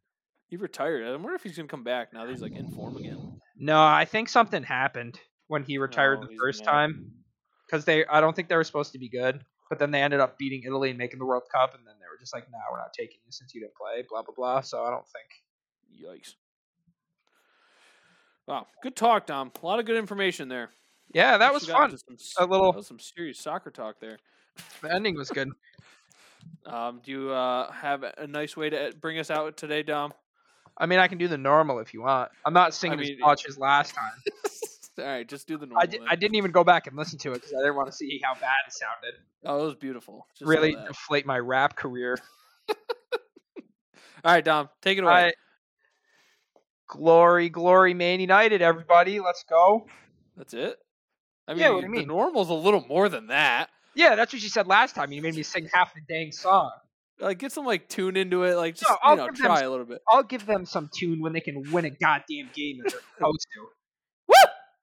S2: He retired. I wonder if he's gonna come back now that he's like in form again.
S1: No, I think something happened when he retired
S2: No,
S1: the
S2: Oh, he's
S1: first
S2: not.
S1: time because they. I don't think they were supposed to be good, but then they ended up beating Italy and making the World Cup, and then they were just like, "No, we're not taking you since you didn't play." Blah blah blah. So I don't think.
S2: Yikes. Wow. Good talk, Dom. A lot of good information there.
S1: Yeah, that
S2: Actually
S1: was
S2: got
S1: fun.
S2: into Some, s-
S1: A
S2: that
S1: little
S2: was some serious soccer talk there.
S1: the ending was good.
S2: Um, do you uh, have a a nice way to e- bring us out today, Dom?
S1: I mean, I can do the normal if you want. I'm not singing
S2: mean,
S1: as much as last time.
S2: All right, just do the normal.
S1: I, di-
S2: then.
S1: I didn't even go back and listen to it because I didn't want to see how bad it sounded.
S2: Oh, it was beautiful. Just love
S1: really
S2: that.
S1: deflate my rap career.
S2: All right, Dom, take it away.
S1: I, glory, glory, Man United, everybody, let's go.
S2: That's it. I mean,
S1: Yeah, what do you
S2: the
S1: mean?
S2: normal's a little more than that.
S1: Yeah, that's what you said last time. You made me sing half the dang song.
S2: Like, get some like tune into it. Like, just
S1: I'll
S2: you know,
S1: give them
S2: try a little bit.
S1: I'll give them some tune when they can win a goddamn game that they're supposed to.
S2: Woo!